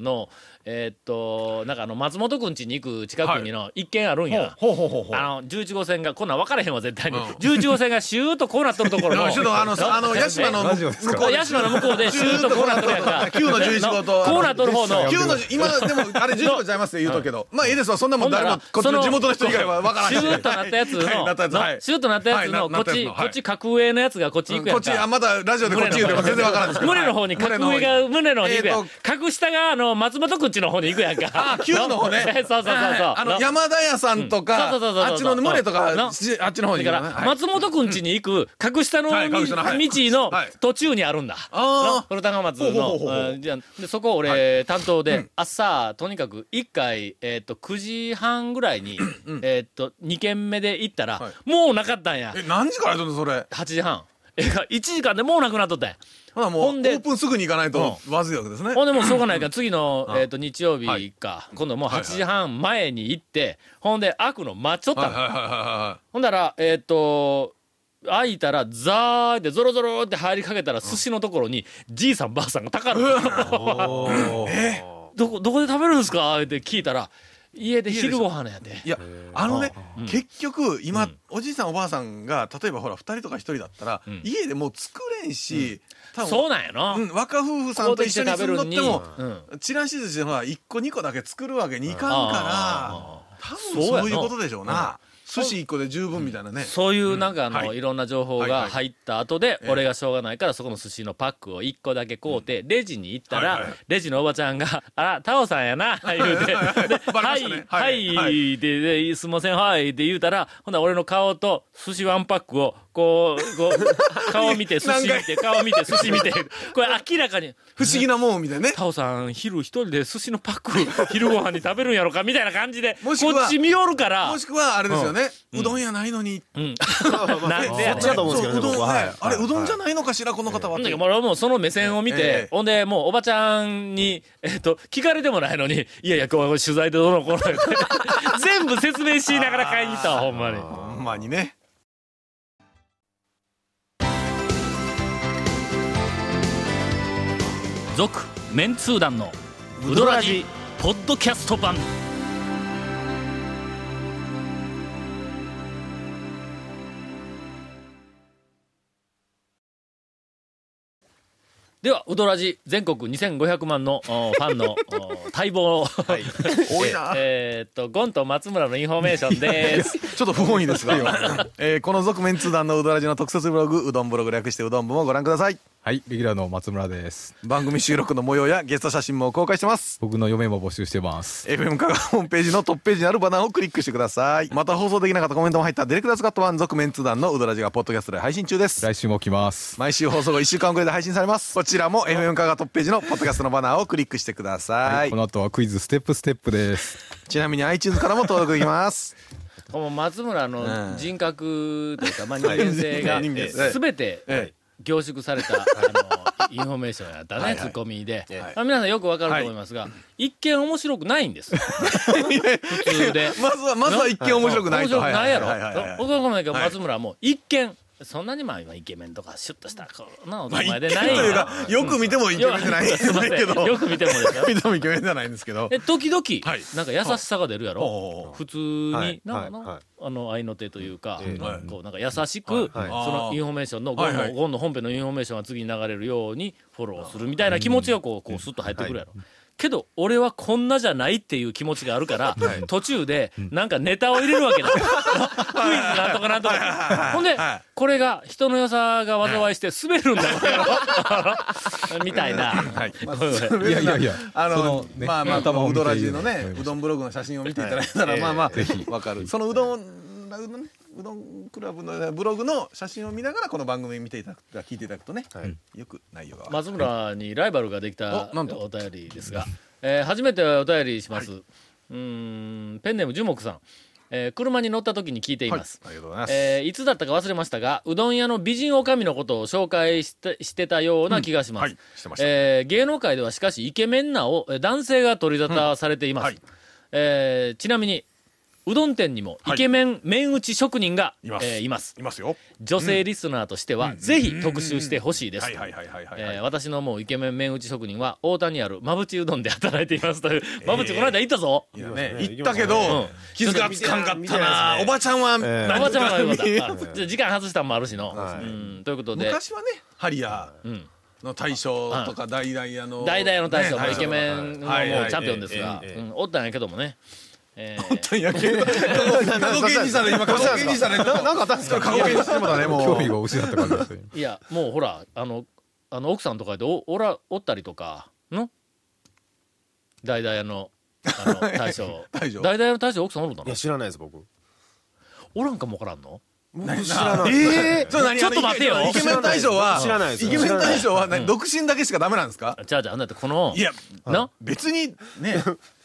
[SPEAKER 1] の、えーっとなんかあの松本くん家に行く近くにの一軒あるんや、
[SPEAKER 5] ほうほうほうほう。
[SPEAKER 1] あの11号線がこんなん分からへんわ絶対に、11号線がシューッとこうなっとるとこ ろの
[SPEAKER 3] ちょっとあ の、あの、屋島の
[SPEAKER 5] ラジオですか
[SPEAKER 3] 向こ
[SPEAKER 1] こ
[SPEAKER 3] う
[SPEAKER 1] う
[SPEAKER 3] で
[SPEAKER 1] ヤシの向こうでシューッとこうなっとるやんか
[SPEAKER 3] 9の11号と
[SPEAKER 1] こうなっとる方の
[SPEAKER 3] 9の、今、でも、あれ10個ちゃいますよ、言うとくけど。まあ、ええですわ、そんなも
[SPEAKER 1] ほん
[SPEAKER 3] ん
[SPEAKER 1] な
[SPEAKER 3] 誰
[SPEAKER 1] ら
[SPEAKER 3] も、こっちの地元の人以外は分から
[SPEAKER 1] シ
[SPEAKER 3] へん
[SPEAKER 1] ュ
[SPEAKER 3] し。
[SPEAKER 1] ーッとなったやつの、
[SPEAKER 3] はいなったやつ
[SPEAKER 1] の
[SPEAKER 3] はい
[SPEAKER 1] シューッとなったやつ
[SPEAKER 3] は
[SPEAKER 1] の、
[SPEAKER 3] いなな
[SPEAKER 1] こ
[SPEAKER 3] っ
[SPEAKER 1] った
[SPEAKER 3] やつ
[SPEAKER 1] ち、
[SPEAKER 3] の
[SPEAKER 1] こ
[SPEAKER 3] はい
[SPEAKER 1] っち格上のやつがこっち行くや
[SPEAKER 3] こ
[SPEAKER 1] ん
[SPEAKER 3] っ
[SPEAKER 1] か。
[SPEAKER 3] ち、あ、まだラジオでこっち言うても全然分からんですけど。
[SPEAKER 1] 胸の方に格上が、胸の方に行くや
[SPEAKER 3] え
[SPEAKER 1] ん
[SPEAKER 3] ーと。
[SPEAKER 1] 格下が、あの、松本くんちの方に行くやんか。
[SPEAKER 3] あ旧の方ね
[SPEAKER 1] そうそうそうそう。
[SPEAKER 3] あの、山田屋さんとか、
[SPEAKER 1] そうそうそうそう
[SPEAKER 3] あっちの胸と
[SPEAKER 1] うん
[SPEAKER 3] か、
[SPEAKER 1] な
[SPEAKER 3] しあっちの方
[SPEAKER 1] だ
[SPEAKER 3] に
[SPEAKER 1] か
[SPEAKER 3] 行く
[SPEAKER 1] ら、
[SPEAKER 3] のねはい
[SPEAKER 1] 松本くん家に行く格下の,、
[SPEAKER 3] はい格下のはい
[SPEAKER 1] 道の
[SPEAKER 3] はい
[SPEAKER 1] 途中にあるんだ。
[SPEAKER 3] あー
[SPEAKER 1] 古高松
[SPEAKER 3] ほ
[SPEAKER 1] の
[SPEAKER 3] うほうほうほう
[SPEAKER 1] うんじゃあでそこ俺、担当で、朝とにかく1回、えっと9時半ぐらいに、えっと2軒目で行ったら、
[SPEAKER 3] は
[SPEAKER 1] もうなかったんや
[SPEAKER 3] え、何時からやるのそれ。
[SPEAKER 1] 8時半え1時間でもうなくなっとったんや
[SPEAKER 3] ほなもう、オ
[SPEAKER 1] ほんで
[SPEAKER 3] ープンすぐに行かないと、まずいわけですね。
[SPEAKER 1] ほんでもうしょうがないから次の、えっと日曜日か、今度もう8時半前に行ってほんで開くの待っちょったの、
[SPEAKER 3] はいはいはいは
[SPEAKER 1] ほんだら、えーっ、と、開いたら、ザーって、ゾロゾロって入りかけたら、寿司のところに、じいさんばあさんがたかる。 どこ、どこで食べるんですかって聞いたら、家で昼ご飯やで。
[SPEAKER 3] い。いや、あのね、
[SPEAKER 1] ん
[SPEAKER 3] 結局、
[SPEAKER 1] う
[SPEAKER 3] 今
[SPEAKER 1] ん、
[SPEAKER 3] おじいさんおばあさんが、例えばほら、二人とか一人だったら
[SPEAKER 1] うん、
[SPEAKER 3] 家でもう作れんし、多分
[SPEAKER 1] そうなんやな。
[SPEAKER 3] うん、若夫婦さんと一緒に住んどって
[SPEAKER 1] こ
[SPEAKER 3] も
[SPEAKER 1] う、うん
[SPEAKER 3] チラシ寿司のは1個2個だけ作るわけにいかん
[SPEAKER 1] あ
[SPEAKER 3] から、多分そういうことでしょうな。寿司1個で十分みたいなね。
[SPEAKER 1] そういうなんかあの、
[SPEAKER 3] はい
[SPEAKER 1] い、ろんな情報
[SPEAKER 3] はいは
[SPEAKER 1] が
[SPEAKER 3] い
[SPEAKER 1] 入った後で、
[SPEAKER 3] ええ
[SPEAKER 1] 俺がしょうがないからそこの寿司のパックを1個だけ買うて、レジに行ったら、
[SPEAKER 3] はいはい
[SPEAKER 1] レジのおばちゃんが「あらタオさんやな」言うて 「で
[SPEAKER 3] バレま
[SPEAKER 1] は
[SPEAKER 3] した
[SPEAKER 1] い
[SPEAKER 3] ね
[SPEAKER 1] は
[SPEAKER 3] はい
[SPEAKER 1] い」
[SPEAKER 3] は
[SPEAKER 1] でで「すいませんはい」って言うたらほんなら俺の顔と寿司ワンパックをこうこ う顔見て寿司見て顔見て寿司見てこれ明らかに。
[SPEAKER 3] 不思議なもんみたいなね。
[SPEAKER 1] タオさん昼一人で寿司のパック昼ご飯に食べるんやろかみたいな感じでこ
[SPEAKER 3] もしくは
[SPEAKER 1] っち見よるから
[SPEAKER 3] もしくは、あれですよね。うどんやないのに。
[SPEAKER 1] うん
[SPEAKER 5] なんん
[SPEAKER 1] で
[SPEAKER 5] で
[SPEAKER 1] や
[SPEAKER 5] や
[SPEAKER 1] ねん
[SPEAKER 5] だと思うんです
[SPEAKER 3] そ
[SPEAKER 5] けど
[SPEAKER 3] う、う
[SPEAKER 5] ね僕
[SPEAKER 3] どんね
[SPEAKER 5] ははい。。
[SPEAKER 3] あれ、うどんじゃ
[SPEAKER 5] な
[SPEAKER 3] ないのかしら、この方は。
[SPEAKER 1] ほんだけど俺はもうその目線を見て、
[SPEAKER 3] ええ
[SPEAKER 1] ほんでもうおばちゃんに、えっと聞かれてもないのに「いやいやこう取材でどうのこうの」って全部説明しながら買いに行ったわほんまに。
[SPEAKER 3] ほんまにね。
[SPEAKER 1] 続メンツー団のウドラジポッドキャスト版ではウドラジ全国2500万のおファンのお待望、
[SPEAKER 3] 多いな。
[SPEAKER 1] えーっとゴンと松村のインフォメーション です
[SPEAKER 3] ちょっと不本意ですが、 えーこの続面通談のうどらじの特設ブログ、うどんブログ略してうどん部もご覧ください。
[SPEAKER 7] はい、レギュラーの松村です。
[SPEAKER 3] 番組収録の模様やゲスト写真も公開してます。
[SPEAKER 7] 僕の嫁も募集してます。
[SPEAKER 3] FM 香川ホームページのトップページにあるバナーをクリックしてくださいまた放送できなかったコメントも入ったディレクターズカット版続メンツ団のうどらじがポッドキャストで配信中です
[SPEAKER 7] 来週も来ます。
[SPEAKER 3] 毎週放送後1週間遅れで配信されますこちらも FM 香川トップページのポッドキャストのバナーをクリックしてください、
[SPEAKER 7] この後はクイズステップステップです。
[SPEAKER 3] ちなみに iTunes からも登録できます
[SPEAKER 1] この松村
[SPEAKER 3] う
[SPEAKER 1] の
[SPEAKER 3] ん
[SPEAKER 1] 人格というか、まあ、人間性が
[SPEAKER 3] 人間性
[SPEAKER 1] 全て
[SPEAKER 3] え
[SPEAKER 1] 凝縮されたあの インフォメーションやったね、ツッコミで、
[SPEAKER 5] はい
[SPEAKER 1] まあ、皆さんよくわかると思いますが、一見面白くないんです普通 で
[SPEAKER 3] まずはまずは一見面白くない
[SPEAKER 1] 面
[SPEAKER 3] と
[SPEAKER 1] 白くないやろ
[SPEAKER 3] はいはいはいはい
[SPEAKER 1] 僕はごめんないけど
[SPEAKER 3] はい
[SPEAKER 1] 松村はもう一見そんなにまあ今イケメンとかシュッとしたこんなお
[SPEAKER 3] まあ
[SPEAKER 1] 前
[SPEAKER 3] 一見
[SPEAKER 1] で
[SPEAKER 3] と
[SPEAKER 1] ない
[SPEAKER 3] い
[SPEAKER 1] よ
[SPEAKER 3] うかよく見てもイケメンじゃないんですけど
[SPEAKER 1] よく見てもですよ
[SPEAKER 3] 見てもイケメンじゃないんです けど
[SPEAKER 1] え時々、
[SPEAKER 3] はい
[SPEAKER 1] なんか優しさが出るやろ
[SPEAKER 3] は
[SPEAKER 1] 普通に、
[SPEAKER 5] はい
[SPEAKER 1] なんかな、
[SPEAKER 5] はいはい
[SPEAKER 1] あの愛の手というか、
[SPEAKER 5] え
[SPEAKER 3] え
[SPEAKER 1] こうなんか優しく、
[SPEAKER 5] はい
[SPEAKER 1] そ
[SPEAKER 5] はい
[SPEAKER 1] のインフォメーションのゴンの,、
[SPEAKER 3] はいはい
[SPEAKER 1] ゴンの本編のインフォメーションが次に流れるようにフォローするみたいな気持ちがこうこうスッと入ってくるやろ。けど俺はこんなじゃないっていう気持ちがあるから、 途中でなんかネタを入れるわけだクイズなんとかなんとかほんで
[SPEAKER 3] は
[SPEAKER 1] これが人の良さが災いして滑るんだろみたいな。
[SPEAKER 7] いやいやいや、
[SPEAKER 3] あ
[SPEAKER 7] そ
[SPEAKER 3] の
[SPEAKER 7] のね
[SPEAKER 3] まあまあ多
[SPEAKER 7] 頭
[SPEAKER 3] 分
[SPEAKER 7] を
[SPEAKER 3] う
[SPEAKER 7] 見て
[SPEAKER 3] どらじのね
[SPEAKER 7] いただきました
[SPEAKER 3] うどんブログの写真を見ていただいたらまあまあわかるそのうどんうどんうどんクラブのブログの写真を見ながらこの番組見ていただく聞いていただくとねよく内容がわかる
[SPEAKER 1] 松村にライバルができた
[SPEAKER 3] おなんと
[SPEAKER 1] お便りですが、えー初めてお便りします、うーんペンネーム樹木さん、えー車に乗った時に聞いています、
[SPEAKER 3] ありがとうございます
[SPEAKER 1] えーいつだったか忘れましたがうどん屋の美人女将のことを紹介してしてたような気がします、
[SPEAKER 3] はいしてました
[SPEAKER 1] えー芸能界ではしかしイケメンなをえー男性が取り沙汰されています、えーちなみにうどん店にもイケメン、麺打ち職人がえーいます
[SPEAKER 3] いますよ。
[SPEAKER 1] 女性リスナーとしては、ぜひ特集してほしいです
[SPEAKER 3] はいはいはいはいはいはい
[SPEAKER 1] えー私のもうイケメン麺打ち職人は大田にあるまぶちうどんで働いています というまぶちこの間行ったぞ、
[SPEAKER 3] い
[SPEAKER 5] い
[SPEAKER 3] や
[SPEAKER 5] ますね
[SPEAKER 3] ね、行ったけど、
[SPEAKER 1] うん
[SPEAKER 3] 気づかつかんかっ
[SPEAKER 5] 見
[SPEAKER 3] た
[SPEAKER 5] て
[SPEAKER 3] な
[SPEAKER 5] ないですね
[SPEAKER 3] おばちゃんは、
[SPEAKER 5] ええ
[SPEAKER 1] おばちゃんはよかった
[SPEAKER 3] 見
[SPEAKER 1] あじゃあ時間外したんもあるしの、
[SPEAKER 5] はい
[SPEAKER 1] うんということで、
[SPEAKER 3] 昔はねハリア
[SPEAKER 1] うん、
[SPEAKER 3] ーの大将とか大々屋の
[SPEAKER 1] 大々の大将、
[SPEAKER 3] ね
[SPEAKER 1] もうイケメンのもうチ
[SPEAKER 3] はいはい
[SPEAKER 1] ャンピオンですが、
[SPEAKER 3] ええええ
[SPEAKER 1] うんおったんやけどもね、えー
[SPEAKER 3] いやけど過去形にされ今過去形にされ
[SPEAKER 5] ななんかあったんですか
[SPEAKER 3] 過去形にされ
[SPEAKER 5] だねも
[SPEAKER 7] 興味が失った感じですよ
[SPEAKER 1] いやもうほらあのあの奥さんとかでおおらおったりとかの大々屋のあの大将
[SPEAKER 3] 大将
[SPEAKER 1] 々屋の大将奥さんおるの
[SPEAKER 5] いや知らないです僕
[SPEAKER 1] おらんかもわからんの
[SPEAKER 5] 僕知らない
[SPEAKER 3] えーそれ何
[SPEAKER 1] ちょっと待てよ
[SPEAKER 3] イケメン大将は
[SPEAKER 5] 知らないです
[SPEAKER 3] イケメン大将は何独身だけしかダメなんですか
[SPEAKER 1] じゃあじゃあだってこの
[SPEAKER 3] いや
[SPEAKER 1] な
[SPEAKER 3] 別にね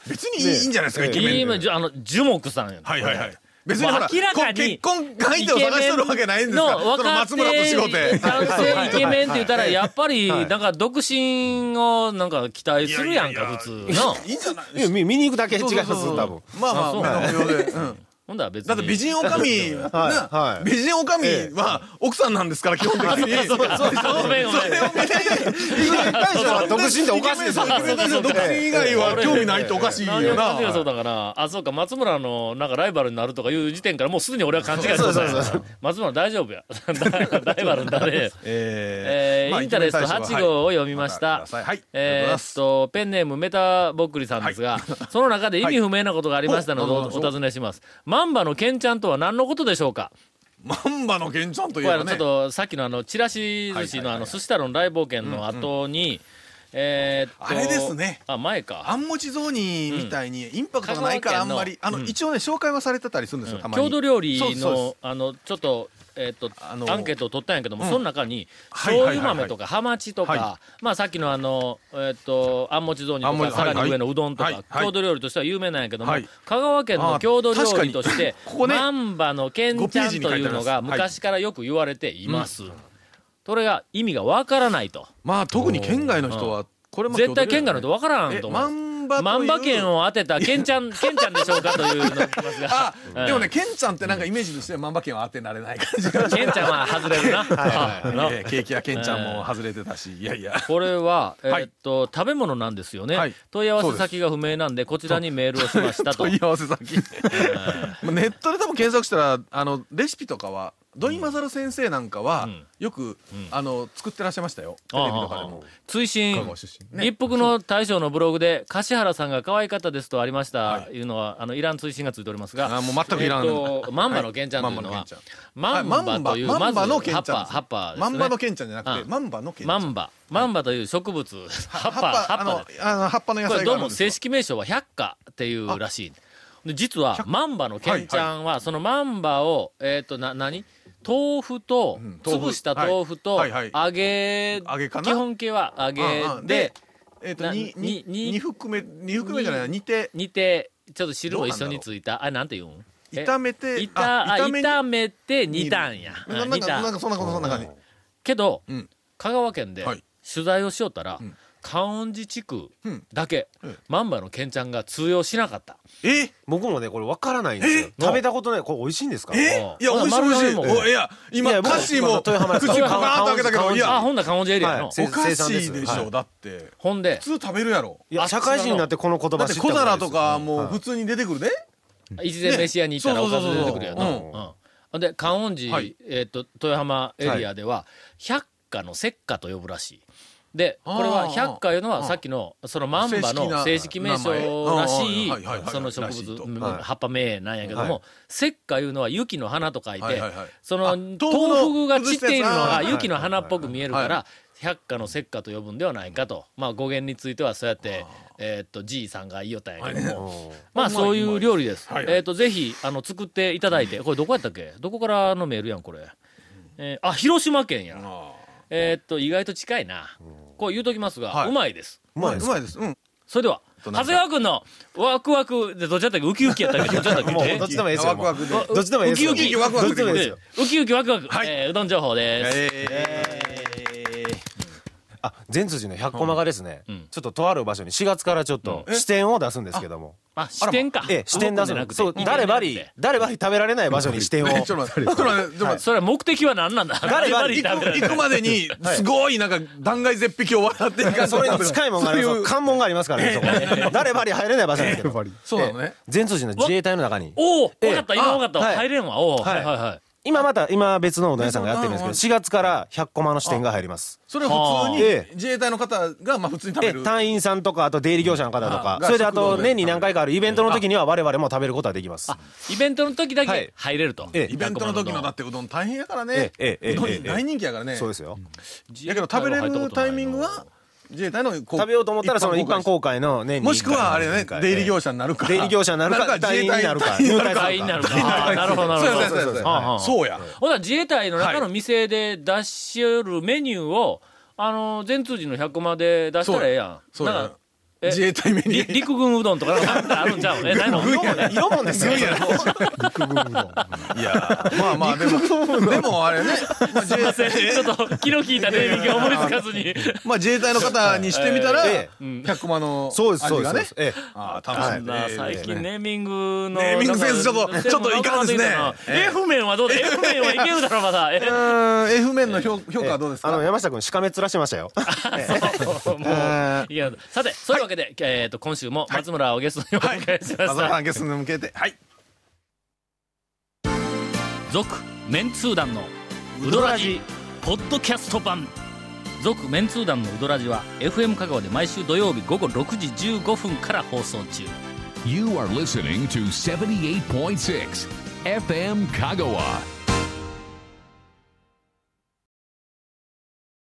[SPEAKER 3] 別にいいいいんじゃないですかイケメン
[SPEAKER 1] 今じゅあの樹木さんやん
[SPEAKER 3] はいはいはい別にほ
[SPEAKER 1] も
[SPEAKER 3] ら
[SPEAKER 1] う明らかに
[SPEAKER 3] 結婚相手を探してるわけないんですから
[SPEAKER 1] の
[SPEAKER 3] その松村と仕事
[SPEAKER 1] 男性イケメンって言ったらやっぱり
[SPEAKER 5] は
[SPEAKER 1] ないんか独身をなんか期待するやん
[SPEAKER 3] いや
[SPEAKER 1] か
[SPEAKER 3] いやいや
[SPEAKER 1] 普通の
[SPEAKER 3] いいんじゃない
[SPEAKER 5] いや見見に行くだけ違います
[SPEAKER 3] そうそうそう
[SPEAKER 5] 多分
[SPEAKER 3] まあま
[SPEAKER 1] あ
[SPEAKER 3] あ
[SPEAKER 1] そう
[SPEAKER 3] 目の保養でうん
[SPEAKER 1] ほんだら別に
[SPEAKER 3] だって美人女将
[SPEAKER 5] はい
[SPEAKER 3] は
[SPEAKER 5] はい
[SPEAKER 3] 美人女
[SPEAKER 5] え
[SPEAKER 3] 将は奥さんなんですから基本的に
[SPEAKER 1] そうかそうかごめんごめん
[SPEAKER 5] 大将は独身っておかしいですよ
[SPEAKER 3] イケメン大将独身以外は興味ないっておかしいよ
[SPEAKER 1] 何を
[SPEAKER 3] な
[SPEAKER 1] 勘違いそうだから、あ、そうか、松村の、なんかライバルになるとかいう時点から、もうすでに俺は勘違いしてたんや松村大丈夫や。 ライバルにな れ。え
[SPEAKER 3] え
[SPEAKER 1] ー
[SPEAKER 3] まあ
[SPEAKER 1] インタレスト
[SPEAKER 3] イケメン大将
[SPEAKER 1] 8
[SPEAKER 3] は
[SPEAKER 1] 号を
[SPEAKER 3] はい
[SPEAKER 1] 読みました
[SPEAKER 3] またくださいはい。
[SPEAKER 1] え
[SPEAKER 3] ありがとうござい
[SPEAKER 1] ー
[SPEAKER 3] ま
[SPEAKER 1] っ
[SPEAKER 3] す
[SPEAKER 1] と、ペンネームメタぼっくりさんですが、 その中で意味不明なことがありましたので、
[SPEAKER 3] はい
[SPEAKER 1] おお尋ねします。マンバのケンちゃんとは何のことでしょうか
[SPEAKER 3] マンバのケンちゃんとい
[SPEAKER 1] こ
[SPEAKER 3] え
[SPEAKER 1] れあ
[SPEAKER 3] ば
[SPEAKER 1] のちょっ
[SPEAKER 3] ね
[SPEAKER 1] とさっきのあのチラシ寿司のあの寿司太郎の大冒険の後に、えーっと
[SPEAKER 3] あれですね
[SPEAKER 1] あ前か
[SPEAKER 3] あんもち雑煮みたいにインパクトがないからあんまりあの一応ね紹介はされてたりするんですよたまに
[SPEAKER 1] 郷土料理
[SPEAKER 3] そうそうです
[SPEAKER 1] のあのちょっと,、えっと
[SPEAKER 3] あの
[SPEAKER 1] アンケートを取ったんやけども、その中に
[SPEAKER 3] はいは
[SPEAKER 1] 醤
[SPEAKER 3] いはいはい
[SPEAKER 1] 油豆とかハマチとか、
[SPEAKER 3] は
[SPEAKER 1] まあ、さっきのあの、えっとあんもち雑煮
[SPEAKER 3] あ
[SPEAKER 1] と
[SPEAKER 3] んも
[SPEAKER 1] か
[SPEAKER 3] ち
[SPEAKER 1] さら
[SPEAKER 3] は
[SPEAKER 1] に
[SPEAKER 3] いはい
[SPEAKER 1] 上のうどんとか、
[SPEAKER 3] はいはい
[SPEAKER 1] 郷土料理としては有名なんやけども、
[SPEAKER 3] はい
[SPEAKER 1] 香川県の郷土料理として
[SPEAKER 3] あー確かにこ こね
[SPEAKER 1] マンバのケンちゃんというのが
[SPEAKER 3] 5ページに書いてありますはい
[SPEAKER 1] 昔からよく言われています。それが意味がわからないと。
[SPEAKER 3] まあ特に県外の人はこれも
[SPEAKER 1] 絶対県外の人わからん
[SPEAKER 3] え
[SPEAKER 1] と思
[SPEAKER 3] マ
[SPEAKER 1] う。
[SPEAKER 3] ンバという
[SPEAKER 1] マンバ県を当てたケンちゃん、ケンちゃんでしょうかというのが来ますが
[SPEAKER 3] あ。でもねケンちゃんってなんかイメージとしてマンバ県は当てられない感じが
[SPEAKER 1] ケンちゃんは外れるな。な
[SPEAKER 3] えーケーキ屋ケンちゃんも外れてたしいやいや
[SPEAKER 1] これは、え
[SPEAKER 3] はい
[SPEAKER 1] ーっと、食べ物なんですよね、
[SPEAKER 3] はい
[SPEAKER 1] 問い合わせ先が不明なんで、こちらにメールをしましたと。
[SPEAKER 3] 問い合わせ先まあ ネットで多分検索したらあのレシピとかは土井勝先生なんかは
[SPEAKER 1] ん
[SPEAKER 3] よくあの作ってらっしゃいましたよテレビとかでも
[SPEAKER 1] 追伸
[SPEAKER 7] 香川出身
[SPEAKER 1] ね一服の大将のブログで、樫原さんが可愛かったですとありました、い、うのは、あの、いらん追伸がついておりますが、
[SPEAKER 3] あーもう全くいらん
[SPEAKER 1] えーっと、マンバのケンちゃんというのは、マ
[SPEAKER 3] マ
[SPEAKER 1] ン
[SPEAKER 3] ン
[SPEAKER 1] バ
[SPEAKER 3] バのケ
[SPEAKER 1] とい
[SPEAKER 3] ンちゃん
[SPEAKER 1] う、
[SPEAKER 3] はいマ
[SPEAKER 1] まず
[SPEAKER 3] ンバマンバのケンちゃんです
[SPEAKER 1] 葉っぱ、葉っぱです
[SPEAKER 3] マ
[SPEAKER 1] ね。
[SPEAKER 3] ンバのケンちゃんじゃなく
[SPEAKER 1] う
[SPEAKER 3] て
[SPEAKER 1] ん
[SPEAKER 3] マンバのケンちゃ
[SPEAKER 1] マ
[SPEAKER 3] ん
[SPEAKER 1] ンバ。マンバという植物、葉っぱ、
[SPEAKER 3] あ
[SPEAKER 1] 葉っぱ
[SPEAKER 3] の
[SPEAKER 1] です。
[SPEAKER 3] あの葉っぱの野
[SPEAKER 1] これ
[SPEAKER 3] 菜
[SPEAKER 1] ど
[SPEAKER 3] が
[SPEAKER 1] う
[SPEAKER 3] あるん
[SPEAKER 1] も
[SPEAKER 3] ですよ
[SPEAKER 1] 正式名称は百花っていうらしい。で実はマンバのケンちゃんはそのマンバをえっとな何豆腐と
[SPEAKER 3] ん豆腐
[SPEAKER 1] 潰した豆腐と
[SPEAKER 3] はいはいは
[SPEAKER 1] 揚げ
[SPEAKER 3] 揚げかな
[SPEAKER 1] 基本形は揚
[SPEAKER 3] ああ
[SPEAKER 1] げで
[SPEAKER 3] えっ
[SPEAKER 1] な
[SPEAKER 3] とに
[SPEAKER 1] に
[SPEAKER 3] に
[SPEAKER 1] に
[SPEAKER 3] に含めに含めじゃないな煮て
[SPEAKER 1] 煮てちょっと汁を一緒についたあれなんて言うん？え
[SPEAKER 3] 炒めて
[SPEAKER 1] 炒あ
[SPEAKER 3] あ
[SPEAKER 1] 炒
[SPEAKER 3] に
[SPEAKER 1] めて煮たんや。あ
[SPEAKER 3] なな
[SPEAKER 1] 煮
[SPEAKER 3] んか
[SPEAKER 1] た
[SPEAKER 3] なんかそんなことそんな感じ
[SPEAKER 1] けど
[SPEAKER 3] うん
[SPEAKER 1] 香川県で
[SPEAKER 3] はい
[SPEAKER 1] 取材をしよったら
[SPEAKER 3] ん
[SPEAKER 1] 観音寺地区
[SPEAKER 3] うん
[SPEAKER 1] だけ
[SPEAKER 3] うん
[SPEAKER 1] マンバのケンちゃんが通用しなかった。
[SPEAKER 3] え
[SPEAKER 5] 僕もねこれわからないんですよ
[SPEAKER 1] え
[SPEAKER 5] 食べたことないこれ美味しいんですか
[SPEAKER 3] え
[SPEAKER 1] ああ
[SPEAKER 3] いや、美味しい美味しい。
[SPEAKER 1] まだ丸亀も
[SPEAKER 3] おいや、今、
[SPEAKER 5] いや
[SPEAKER 3] 歌詞
[SPEAKER 5] ま
[SPEAKER 3] も、
[SPEAKER 5] だ豊浜で
[SPEAKER 3] 口
[SPEAKER 5] す
[SPEAKER 3] パカーンと開けたけど、
[SPEAKER 5] 川
[SPEAKER 3] い
[SPEAKER 5] 口
[SPEAKER 1] あ
[SPEAKER 3] や、
[SPEAKER 1] ほんなら観音寺エリアやの
[SPEAKER 5] はい。
[SPEAKER 3] おかしい
[SPEAKER 5] 生
[SPEAKER 3] でし
[SPEAKER 5] 産
[SPEAKER 3] ょ
[SPEAKER 5] で
[SPEAKER 3] う。だって、
[SPEAKER 1] ほんで
[SPEAKER 3] 普通食べるやろ。
[SPEAKER 5] いや社会人になってこの言
[SPEAKER 3] だ
[SPEAKER 5] 葉
[SPEAKER 3] っ
[SPEAKER 5] 知
[SPEAKER 3] て
[SPEAKER 5] った
[SPEAKER 3] 小
[SPEAKER 5] ことない
[SPEAKER 3] 皿
[SPEAKER 5] です
[SPEAKER 3] とかもう普通に出てくるで。
[SPEAKER 1] 一膳飯屋に行ったら
[SPEAKER 3] ね
[SPEAKER 1] おかず出てくるや
[SPEAKER 3] そうそ
[SPEAKER 1] ろ
[SPEAKER 3] うそううんそ
[SPEAKER 1] ほんで観音寺、
[SPEAKER 3] はい
[SPEAKER 1] えっと豊浜エリアでは百花の石花と呼ぶらしいで
[SPEAKER 3] あー
[SPEAKER 1] これは百花いうの
[SPEAKER 3] あ
[SPEAKER 1] は
[SPEAKER 3] ー
[SPEAKER 1] さっきのそのマンバの正
[SPEAKER 3] 正
[SPEAKER 1] 式
[SPEAKER 3] 式
[SPEAKER 1] 名
[SPEAKER 3] な
[SPEAKER 1] 称らしい
[SPEAKER 3] 名前あーはいはいはい
[SPEAKER 1] その植
[SPEAKER 3] らしい
[SPEAKER 1] 物
[SPEAKER 3] と
[SPEAKER 1] うん
[SPEAKER 5] はい
[SPEAKER 1] 葉っぱ名なんやけど
[SPEAKER 5] は
[SPEAKER 1] も石花いうのは雪の花と書い
[SPEAKER 3] はい
[SPEAKER 1] て
[SPEAKER 3] はいはい
[SPEAKER 1] その
[SPEAKER 3] あ
[SPEAKER 1] 豆
[SPEAKER 3] 豆
[SPEAKER 1] 腐
[SPEAKER 3] 腐の
[SPEAKER 1] が散っているのが
[SPEAKER 3] 崩したやつあー
[SPEAKER 1] 雪の花っぽく見えるか
[SPEAKER 3] はいは
[SPEAKER 1] ら百花の石花と呼ぶんではないかとまあ語源についてはそうやってえっとじいさんが言いよったんやけどもまあそういう料理です。
[SPEAKER 3] はい
[SPEAKER 1] えっ、と、ぜひ、あの、作っていただいて、これどこやったっけどこからのメールやん、これ。えーあ、広島県や。
[SPEAKER 3] あ
[SPEAKER 1] えっと、意外と近いな。こう言うときますが、
[SPEAKER 3] はいう
[SPEAKER 1] まいです。
[SPEAKER 3] ーうまいです。うまいです。うん。
[SPEAKER 1] それでは、長
[SPEAKER 3] と
[SPEAKER 1] 谷川君のワクワクでどっちだったっけウキウキや ったっけどっちだったっけ
[SPEAKER 5] もうどっちでもいいですよ
[SPEAKER 3] ワクワクで。
[SPEAKER 5] どっちでもいいですよ
[SPEAKER 1] ウキウキ
[SPEAKER 3] ワクワク
[SPEAKER 5] どっちでもいいですよ
[SPEAKER 1] ウキウキワクワク、
[SPEAKER 3] はい
[SPEAKER 1] えーうどん情報です。
[SPEAKER 3] え
[SPEAKER 5] あ善通寺の百個間がですね、
[SPEAKER 1] うん
[SPEAKER 5] ちょっととある場所に4月からちょっと支店を出すんですけども、
[SPEAKER 1] あ、支店か。
[SPEAKER 5] ええ、支店出
[SPEAKER 1] 動くん
[SPEAKER 5] す
[SPEAKER 1] じゃな
[SPEAKER 5] の
[SPEAKER 1] くて
[SPEAKER 5] そう誰ばり。誰ばり食べられない場所に支店を
[SPEAKER 3] ちょっと待って、ちょっと待ってちょっと待って
[SPEAKER 1] それは目的は何なんだ
[SPEAKER 5] 誰ばり
[SPEAKER 1] 誰ばり食べられ
[SPEAKER 3] 行くまでに、すごいなんか断崖絶壁を渡ってい かんと
[SPEAKER 5] それに近いもんがあります関門がありますから ねそこ誰ばり入れない場所なんですけど
[SPEAKER 3] そうなのね。
[SPEAKER 5] 善通寺の自衛隊の中に
[SPEAKER 1] おお、わ
[SPEAKER 5] ええ
[SPEAKER 1] かった、今わかったわ。
[SPEAKER 5] はい
[SPEAKER 1] 入れんわ。おお、は
[SPEAKER 5] はい
[SPEAKER 1] いはいはい。
[SPEAKER 5] 今また今別のうどん屋さんがやってるんですけど
[SPEAKER 3] 別
[SPEAKER 5] 4月から100コマの支店が入ります
[SPEAKER 3] それは普
[SPEAKER 5] は
[SPEAKER 3] 通
[SPEAKER 5] あ
[SPEAKER 3] に自衛隊の方がまあ普通に食べ
[SPEAKER 5] で
[SPEAKER 3] る。
[SPEAKER 5] 隊員さんとかあと出入り業者の方とか
[SPEAKER 3] うん
[SPEAKER 5] それであ
[SPEAKER 3] が食堂
[SPEAKER 5] と
[SPEAKER 3] で
[SPEAKER 5] 年に何回かあるイベントの時には我々も食べることはできます
[SPEAKER 1] あ、イベントの時だけ入れると。
[SPEAKER 5] ええ
[SPEAKER 3] イベントの時のだってうどん大変やからね。
[SPEAKER 5] ええええ
[SPEAKER 3] うどん
[SPEAKER 5] ええ
[SPEAKER 3] 大人気やからね。
[SPEAKER 5] そうですよ
[SPEAKER 3] やけど食べれるタイミングは自衛隊のこ
[SPEAKER 5] 食べようと思ったらその一般公開の年に
[SPEAKER 3] もしくはあれね
[SPEAKER 5] 一回
[SPEAKER 3] 出入り業者になるか
[SPEAKER 5] 出入り業者になるか
[SPEAKER 3] 自衛
[SPEAKER 5] 隊
[SPEAKER 3] 隊
[SPEAKER 5] 員になるか
[SPEAKER 3] 隊員になるか
[SPEAKER 1] 会員になるか。
[SPEAKER 3] 隊員にな
[SPEAKER 1] あー
[SPEAKER 3] る
[SPEAKER 1] な
[SPEAKER 3] か
[SPEAKER 1] るほど、なるほど。
[SPEAKER 3] そうそうそうそう
[SPEAKER 1] ああああ
[SPEAKER 3] そうや
[SPEAKER 1] ほな自衛隊の中の店で出し得るメニューを、あの、全通寺の100コマで出したらええやん。
[SPEAKER 3] そう
[SPEAKER 1] なん
[SPEAKER 3] や
[SPEAKER 1] かえ
[SPEAKER 3] 自衛隊メニ
[SPEAKER 1] り
[SPEAKER 3] ュー
[SPEAKER 1] 陸軍うどんとかなんかあったらあるんちゃうね。ないの
[SPEAKER 5] 色もね色もんですよ
[SPEAKER 7] 陸軍うどん。
[SPEAKER 3] いやまあまあでもでもあれね まあ自
[SPEAKER 1] すいま
[SPEAKER 3] 衛
[SPEAKER 1] せん。ちょっと、気の利いたネーミングが思いつかずに。
[SPEAKER 3] まあ自衛隊の方にしてみたら
[SPEAKER 5] え
[SPEAKER 3] 100コマの
[SPEAKER 5] そうですそう
[SPEAKER 3] 味
[SPEAKER 5] で
[SPEAKER 3] が
[SPEAKER 5] す
[SPEAKER 3] ね
[SPEAKER 5] え
[SPEAKER 3] ああ楽しんで
[SPEAKER 1] まあ最近ネーミングの。
[SPEAKER 3] ネーミングセンスちょっと
[SPEAKER 1] なんか
[SPEAKER 3] ちょっといかんですねええ
[SPEAKER 1] F 面はどうだ ?F 面はいけるだろ、まだ。え
[SPEAKER 3] うーん F 面の評評
[SPEAKER 5] え
[SPEAKER 3] 価はどうです
[SPEAKER 5] あの
[SPEAKER 3] か
[SPEAKER 5] 山下君しかめ面してましたよ
[SPEAKER 1] そうもういやさてそういうわけで、えー、と今週も松村をゲストにお迎えしま
[SPEAKER 3] 朝
[SPEAKER 1] した
[SPEAKER 3] 原ゲストに向けてはい
[SPEAKER 1] 「続、メンツー団のウドラジポッドキャスト版」「続・メンツー団のウドラジは FM 香川で毎週土曜日午後6時15分から放送中
[SPEAKER 2] You are listening to 78.6 FM Kagawa.